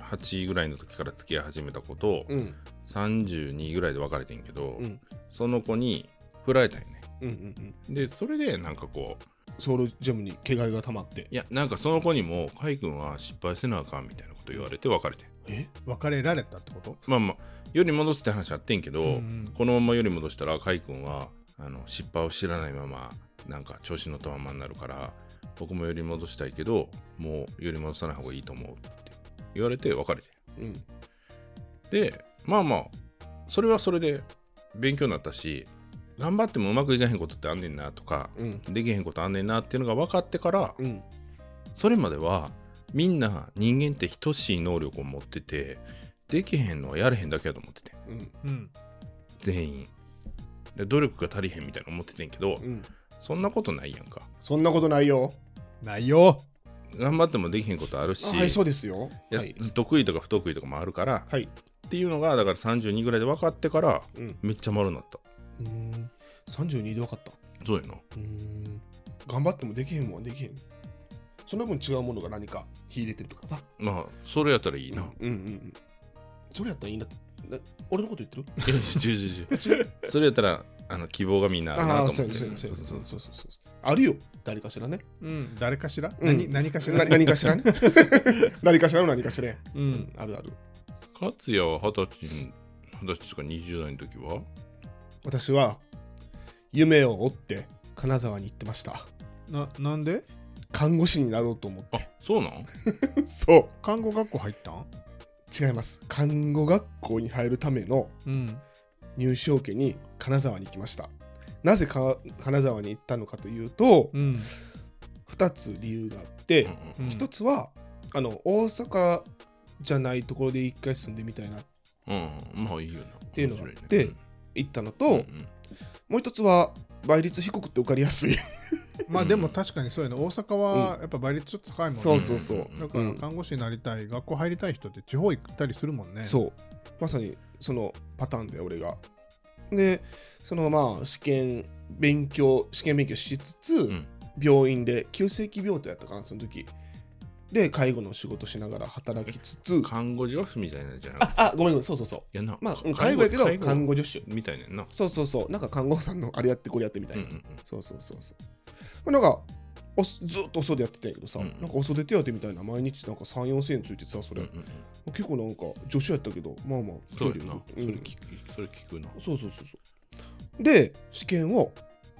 A: 28ぐらいの時から付き合い始めた子と
B: うん
A: 32ぐらいで別れてんけど、
B: うん
A: その子に振られたんよね
B: うんうんうん
A: でそれでなんかこう
B: ソウルジャムに毛がいがたまって
A: いやなんかその子にも「カイ君は失敗せなあかん」みたいなこと言われて別れてん
B: え
C: 別れられたってこと
A: まあまあより戻すって話あってんけど、
C: うん
A: このままより戻したらカイ君はあの失敗を知らないままなんか調子のったままになるから僕もより戻したいけどもうより戻さない方がいいと思うって言われて別れて
B: うん
A: でまあまあそれはそれで勉強になったし頑張ってもうまくいかへんことってあんねんなとか
B: うん
A: できへんことあんねんなっていうのが分かってから
B: うん
A: それまではみんな人間って等しい能力を持っててできへんのはやれへんだけやと思ってて
B: うん
C: うん
A: 全員で努力が足りへんみたいな思っててんけど、
B: うん
A: そんなことないやんか
B: そんなことないよ
C: ないよ
A: 頑張ってもできへんことあるし、
B: はいそうですよ
A: いや
B: はい
A: 得意とか不得意とかもあるから
B: はい
A: っていうのがだから32ぐらいで分かってから
B: うん
A: めっちゃ丸になった
B: うーん32で分かった
A: そうやな
B: うーん頑張ってもできへんもんはできへんその分違うものが何か秀でてるとかさ
A: まあそれやったらいいな、
B: うんうんうんそれやったらいいんだってな俺のこと言ってる
A: いやいや違う違う違うそれやったらあの希望がみんなある
B: ああ
A: な
B: ー、
A: と
B: そう
A: 思
B: や
A: っ
B: ね
A: て
B: そうやねそうやね
A: そ
B: そ
A: そう
B: ううそうそうそうあるよ誰かしらね
C: うん、誰かしら、
B: うん
C: 何何かし
B: な
C: ら
B: 何かしらね 何かしらの何かしらや
C: うん、
B: あるある
A: 勝也は二十歳の二十歳とか20代の時は
B: 私は夢を追って金沢に行ってました
C: ななんで
B: 看護師になろうと思って
A: あそうなん
B: そ
C: 看護学校入ったん
B: う違います看護学校に入るための
C: うん。
B: 入試を受けに金沢に行きましたなぜか金沢に行ったのかというと
C: うん。
B: 2つ理由があって
C: うん
B: 1つはあの大阪じゃないところで1回住んでみたいな
A: うん、うん、まあいいよなって
B: いうのがあって行ったのと、
A: うんうん
B: もう1つは倍率低くて受かりやすい
C: まあでも確かにそうやね。大阪はやっぱ倍率ちょっと高いもんね。
B: そうそうそう、
A: うん
C: だから
B: うん
C: 看護師になりたい、学校入りたい人って地方行ったりするもんね。う。
B: そうまさにそのパターンで俺がでそのまあ試験勉強試験勉強しつつ、
A: ん
B: 病院で急性期病棟やったかなその時で介護の仕事しながら働きつつ
A: 看護助手みたいなんじゃなくて
B: あごめんごめんそうそうそう
A: いやな
B: まあうん介護やけど看護助手
A: みたいなんな
B: そうそうそうなんか看護婦さんのあれやってこれやってみた
A: う
B: い
A: んう
B: な、
A: ん
B: そうそうそうそうまあなんかおずっとお袖やってたんやけどさ、
A: うん
B: なんかお袖手当みたいな毎日なんか3 4千円ついててさそ
A: うんうん
B: れ、
A: うん
B: 結構なんか助手やったけどまあまあ
A: そう
B: 給
A: や
B: 料
A: なそれ
B: うん
A: 聞くそれ聞くな
B: そうそうそうそうで試験を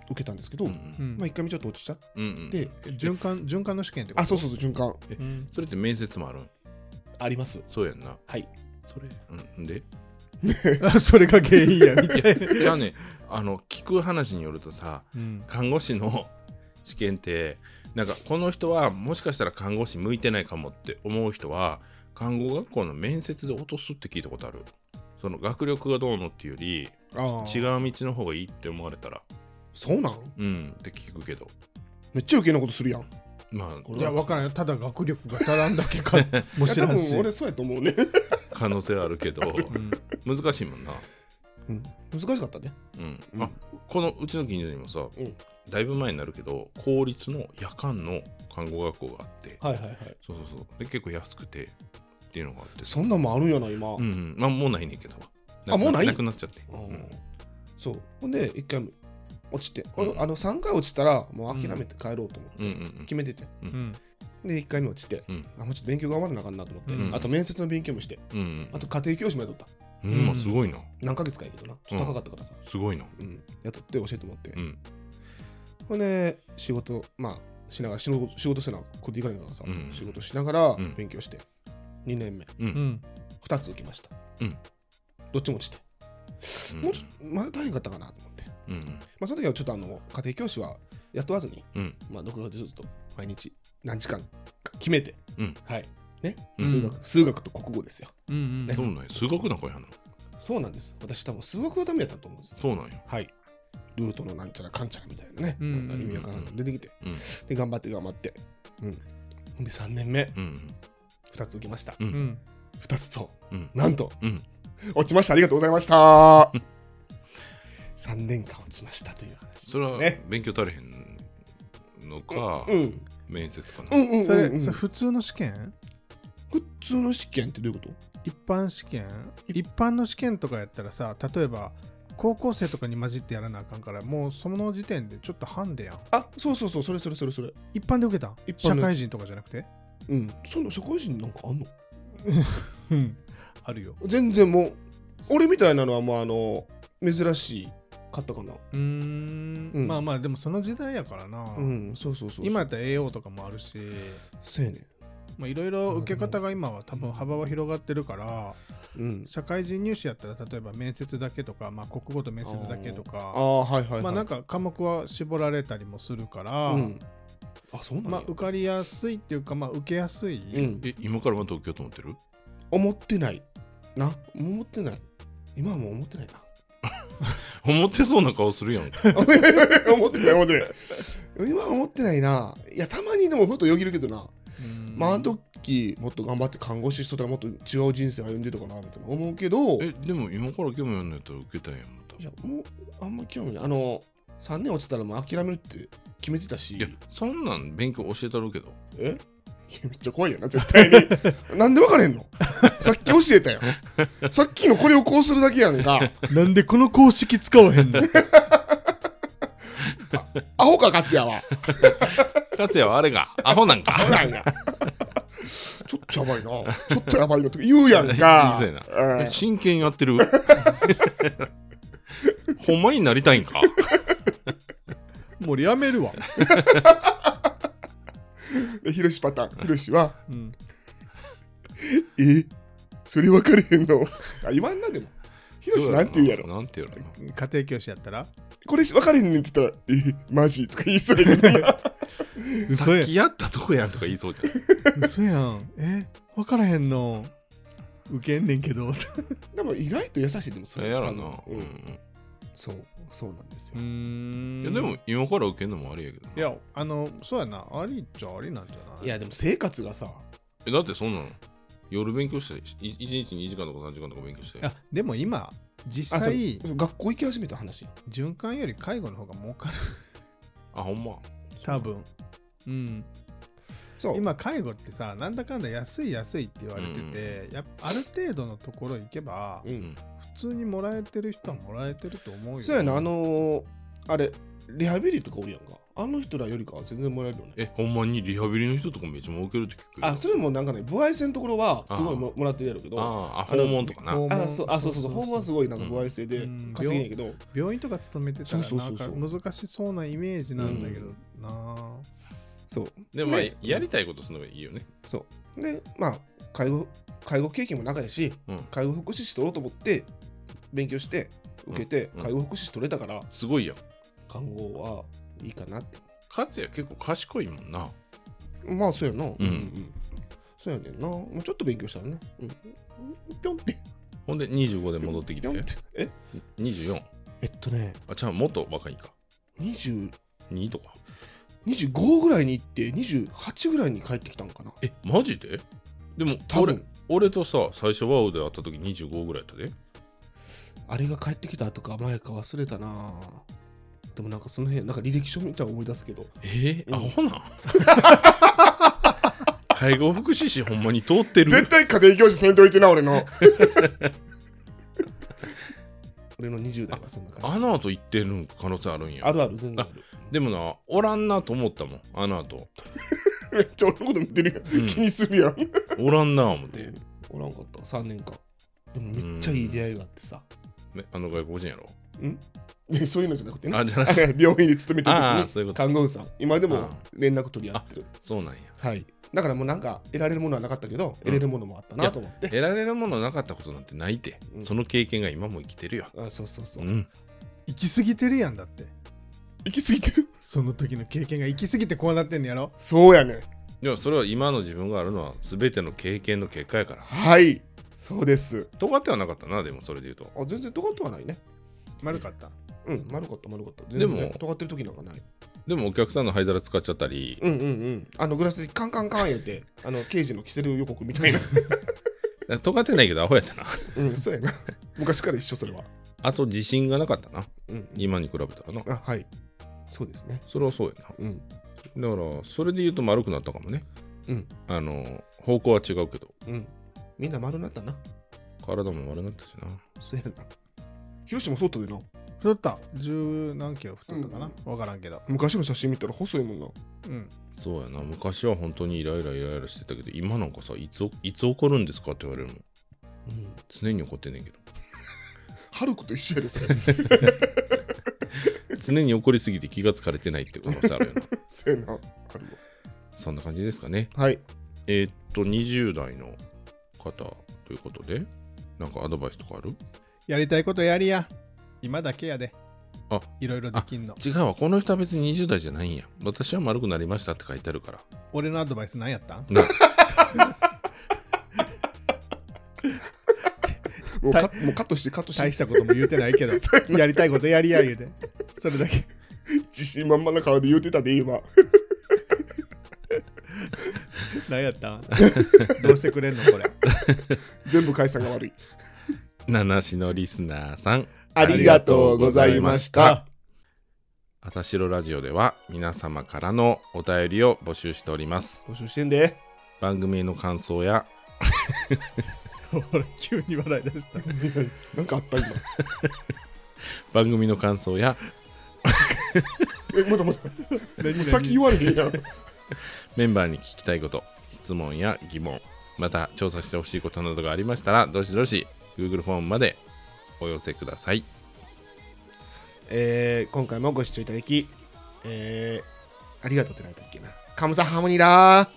B: 受けたんですけど、
A: うん
C: うん
B: まあ1回目ちょっと落ちちゃっ
A: うんうん
B: て、
C: 循環循環の試験ってこと
B: あそうそうそう循環
C: うん。
A: それって面接もあるん
B: あり ます
A: そうやんな
B: はい
A: それうんで
C: あそれが原因やみたいな。
A: じゃあねあの聞く話によるとさ
C: うん。
A: 看護師の試験ってなんかこの人はもしかしたら看護師向いてないかもって思う人は看護学校の面接で落とすって聞いたことあるその学力がどうのっていうより
B: あ
A: 違
B: 違う
A: う道の方がいいって思われたら
B: そうなん
A: うんって聞くけど
B: めっちゃ余計なことするやんい
A: まあ
B: これ
C: いや、わからんよ。ただ学力が足らんだ けかも
B: や
C: し
B: 多
C: れんし。
B: 分俺そうやと思うね、
A: 可能性はあるけど
C: うん
A: 難しいもんな、
B: うん、難しかったね
A: うん
B: うん
A: あこのうちの近所にもさ、
B: うん
A: だいぶ前になるけど公立の夜間の看護学校があって
B: はいはいはい
A: そうそうそうで結構安くてっていうのがあって
B: そんなんもあるんやな今、
A: うんうんまあもうないねんけど
B: あもうない
A: なくなっちゃって、
B: う
A: うんん
B: そうほんで1回落ちて、
A: うん
B: 俺あの3回落ちたらもう諦めて帰ろうと思って、
A: うんうん
B: 決めてて
C: うん。
B: で1回目落ちて、
A: うん
B: あもうちょっと勉強頑張らなあかんなと思って、
C: うん
B: あと面接の勉強もして
A: うんうん
B: あと家庭教師も雇った
A: うんうんまあすごいな
B: 何ヶ月かやけどなちょっと高かったからさ、
A: すごいな
B: うん、雇って教えてもらって、
A: うん
B: ほんで仕事まあしながら仕事仕事してなこうやっていかないからさ、
A: うん
B: 仕事しながら
A: ん
B: 勉強して、2年目
A: うん、う
C: うんん。
B: 2つ受けました、
A: うん
B: どっちも落ち
A: う
B: て、
A: ん
B: もうちょっとまだ大変かったかなと思って、ま
A: うん
B: あ、その時はちょっとあの家庭教師は雇わずに、
A: うん
B: まあ、独学でずっと毎日何時間か決めて、
A: うん
B: はいね
A: うん
B: 数学数学と国語ですよ
C: うん
A: そうなんやすごく仲良いな
B: そうなんです私多分数学がダメだったと思うんですよ
A: そうなんや
B: はいルートのなんちゃらかんちゃらみたいなね、
C: うん
B: なんか意味わからんの出てきて、
A: うん
B: で頑張って頑張って、うん、ほんで3年目
A: うん
B: 2つ受けました、
A: うん
C: う
A: うん
C: ん。
B: 2つと
A: うん
B: なんと
A: うん
B: 落ちましたありがとうございました3年間落ちましたという話
A: それは
B: ね
A: 勉強足りへんのか、
B: うん
A: 面接かな、
B: うんうんうん、うん、
C: それ、それ普通の試験
B: 普通の試験ってどういうこと
C: 一般試験一般の試験とかやったらさ、例えば高校生とかに混じってやらなあかんから、もうその時点でちょっとハンデやん。
B: あそうそうそうそれそれそれそれ
C: 一般で受けたん
B: 一般
C: 社
B: のやつ
C: 会人とかじゃなくて
B: うんその社会人なんかあんの
C: うん。あるよ。
B: 全然もう俺みたいなのはもうあの珍しかったかな
C: うーん,、
B: うん
C: まあまあでもその時代やからな、
B: うんそうそうそうそう
C: 今やったら AO とかもあるし
B: そうやね
C: まあいろいろ受け方が今は多分幅は広がってるから
B: うん
C: 社会人入試やったら例えば面接だけとか、まあ、国語と面接だけと
B: あ
C: か
B: あはいはい、はい、
C: まあなんか科目は絞られたりもするから、
B: うん、あそうなんや、
C: まあ受かりやすいっていうかまあ受けやすい、
B: うん、
A: え今からまた受けようと思ってる
B: 思ってないな思ってない今はもう思ってないな
A: 思ってそうな顔するやん
B: 思ってない思ってない今は思ってないないやたまにでもふとよぎるけどな
C: うん
B: まああの時もっと頑張って看護師しとったらもっと違う人生歩んでたかなみたいな思うけど
A: えでも今から興味あるんだったら受けたいやんまた
B: いやもうあんま興味ないあの3年落ちたらもう諦めるって決めてたし
A: いやそんなん勉強教えたろうけど
B: えいやめっちゃ怖いよな絶対に なんで分かれんのさっき教 えたよさっきのこれをこうするだけやねんか
C: なんでこの公式使わへんの
B: アホか勝也は
A: かつやはあれがアホなんか
B: アホなんやちょっとやばいなちょっとやばいなって言うやん か
A: うるせ
B: うん
A: 真剣や ってるほんまになりたいんか
C: もうやめるわ。
B: でヒロシパターンヒロシは
C: うん。
B: 「えそれ分かれへんの?」あ言わんなでもヒロシ なんて言うやろ
A: なんて言うやろな
C: 家庭教師やったら
B: これ分かれへんねんって言ったら「えマジ?」とか言いそうやけどな
A: さ
C: 嘘
A: っ
C: や
A: きやったとこやんとか言いそうじゃん
C: 嘘やん。え分からへんの。受けんねんけど。う
B: でも意外と優しいでもそ
A: それ
B: れ
A: やろ
B: 多
A: な、
B: 分
A: う
B: うん
A: ん
B: そうそうなんですよ
C: ーん
A: いやでも今から受けるのもありやけどない
C: や、あの、そうやな。ありっちゃありなんじゃない
B: いやでも生活がさ
A: えだってそんなの夜勉強して1日2時間とか3時間とか勉強して
C: あでも今、実
B: あそう
C: 際、
B: そう学校行き始めた話やん
C: 循環より介護の方が儲かる。
A: あほんま
C: 多分。うん。
B: そう
C: 今介護ってさなんだかんだ安い安いって言われてて、やっぱある程度のところ行けば
B: う
A: うんん
C: 普通にもらえてる人はもらえてると思うよ
B: そうやなあのーあれリハビリとかおるやんかあの人らよりかは全然もらえるよね
A: えほんまにリハビリの人とかめっちゃ儲けるって聞くよ
B: あそれもなんかね歩合制のところはすごいももらってるやろうけど
A: ああ
B: あの
A: 訪問とかな
C: 訪問
B: あそうあそうそうそう訪問はすごいなんか歩合制で
C: うん
B: 稼げんやけど
C: 病院とか勤めてたら
B: そう
C: な
B: そ
C: ん
B: うそ
C: か
B: うそう
C: 難しそうなイメージなんだけど、
B: うん
C: なあ
B: そう
A: でもまあ
B: ね
A: やりたいことするのがいいよね
B: そうでまあ介護介護経験も長いし
A: うん
B: 介護福祉士取ろうと思って勉強して受けて
A: うんうん
B: 介護福祉士取れたから
A: すごいやん
B: 看護はいいかなって
A: 勝也結構賢いもんな
B: まあそうやなうん
A: うん
B: そうやねんなもうちょっと勉強したらねうんぴょんって
A: ほんで25で戻ってきて
B: ぴょんってえ
A: 24
B: えっとね
A: あちゃうもっと若いんか
B: 20
A: 2とか
B: 25ぐらいに行って28ぐらいに帰ってきたんかな
A: えマジででも
B: 多
A: 俺
B: 分
A: 俺とさ最初ワウで会った時25ぐらいやったで
B: あれが帰ってきたとか前か忘れたなでもなんかその辺なんか履歴書見たら思い出すけど
A: え
B: うん
A: アホなん 介護福祉士ほんまに通ってる
B: 対家庭教師せんといてな俺の 俺の20代はそんな感じ
A: あの後行ってる可能性あるんや
B: あるある全然ある
A: でもなおらんなと思ったもんあの後、
B: めっちゃ俺のこと見てる
A: う
B: や
A: ん
B: んにするやん
A: おらんな思って
B: でおらんかった3年間でもめっちゃいい出会いがあってさ
A: ねあの外国人やろ
B: んでそういうのじゃなくてね
A: あじゃなくて
B: 病院に勤めてる
A: ああ
B: 時
A: そういうこ
B: に
A: と
B: 看護婦さん今でも
A: あ
B: 連絡取り合ってる
A: そうなんや
B: はいだからもうなんか得られるものはなかったけど、得れるものもあったなと思って
A: 得られるものなかったことなんてないて、
B: うん
A: その経験が今も生きてるよ、
B: あそうそうそうう、
A: ん、
C: 行き過ぎてるやんだって
B: 行き過ぎてる
C: その時の経験が行き過ぎてこうなってんのやろ
B: そうやね
A: でもそれは今の自分があるのは全ての経験の結果やから
B: はいそうです
A: 尖ってはなかったなでもそれで言うと
B: あ全然尖ってはないね
C: 丸かった
B: うん丸かった丸かった全
A: で
B: 然
A: も
B: ね尖ってる時なんかない
A: でもお客さんの灰皿使っちゃったり、
B: うんうんうんあのグラスでカンカンカン言うてあの刑事のキセル予告みた いな
A: 尖ってないけどアホやったな
B: うんそうやな昔から一緒それは
A: あと自信がなかったな
B: うん
A: 今に比べたらな
B: あはいそうですね
A: それはそうや
B: うん
A: なだからそれで言うと丸くなったかもね
B: うん
A: あの方向は違うけど
B: うんみんな丸になったな
A: 体も丸くなったしな
B: そうやな広島外でな
C: 太った十何キロ太ったかな、わからんけど
B: 昔の写真見たら細いもんな
C: うん
A: そうやな昔は本当にイライライライラしてたけど今なんかさいついつ怒るんですかって言われるもん
B: うん
A: 常に怒ってんねんけど
B: ハルクと一緒やでそれ
A: 常に怒りすぎて気がつかれてないっていう可能性あるよな
B: そうやなある
A: そんな感じですかね
B: わはい
A: えーっと20代の方ということでなんかアドバイスとかある
C: やりたいことやりや今だけやで
A: あ
C: いろいろできんの
A: 違うわこの人は別に20代じゃないんや私は丸くなりましたって書いてあるから
C: 俺のアドバイス何やったん
A: な
B: もうカもうカットしてカットして
C: 大したことも言うてないけどやりたいことやりや言うてそれだけ
B: 自信満々な顔で言うてたで今
C: 何やったん どうしてくれんのこれ。
E: 全部解散が悪い。
A: 七しのリスナーさん
E: ありがとうございました。
A: あたしろラジオでは皆様からのお便りを募集しております
E: 募集してんで。
A: 番組への感想や
C: ほら、急に笑い出した。
E: なんかあった今。
A: 番組の感想や
E: え、まだまだ。
C: 何
E: もう
C: 々
E: 先言われへんやん。
A: メンバーに聞きたいこと質問や疑問また調査してほしいことなどがありましたらどしどし Google フォームまでお寄せください
E: えー、今回もご視聴いただき、えー、ありがとうってなんだっけな。カムサハムニだー。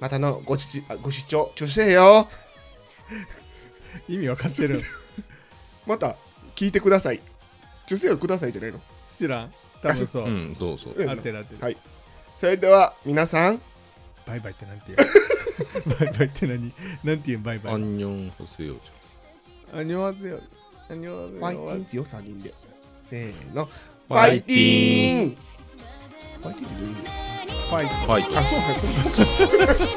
E: またのごちちあご視聴、ちょせよ。
C: 意味わかってる。
E: また聞いてください。ちょせよくださいじゃないの。
C: 知らん。多分そうう。
A: んどうぞ
E: うん
C: 合ってる合ってる。
E: はい。それでは皆さん、
C: バイバイってなんて言う バイバイって何なんて言うんバイバ
A: ア
C: イ。
A: ンニョンホセヨち
C: あにょわずよ。あにょ
E: ファ
C: わ
E: イ
C: ず
E: テ
C: よ。
E: ィンってよ、3人で。せーの。
A: ファイティー
E: ンファイティーンってどういう意味
C: ファイト。
A: ゃんファイト
E: あ、そうか、そうか。
F: そこ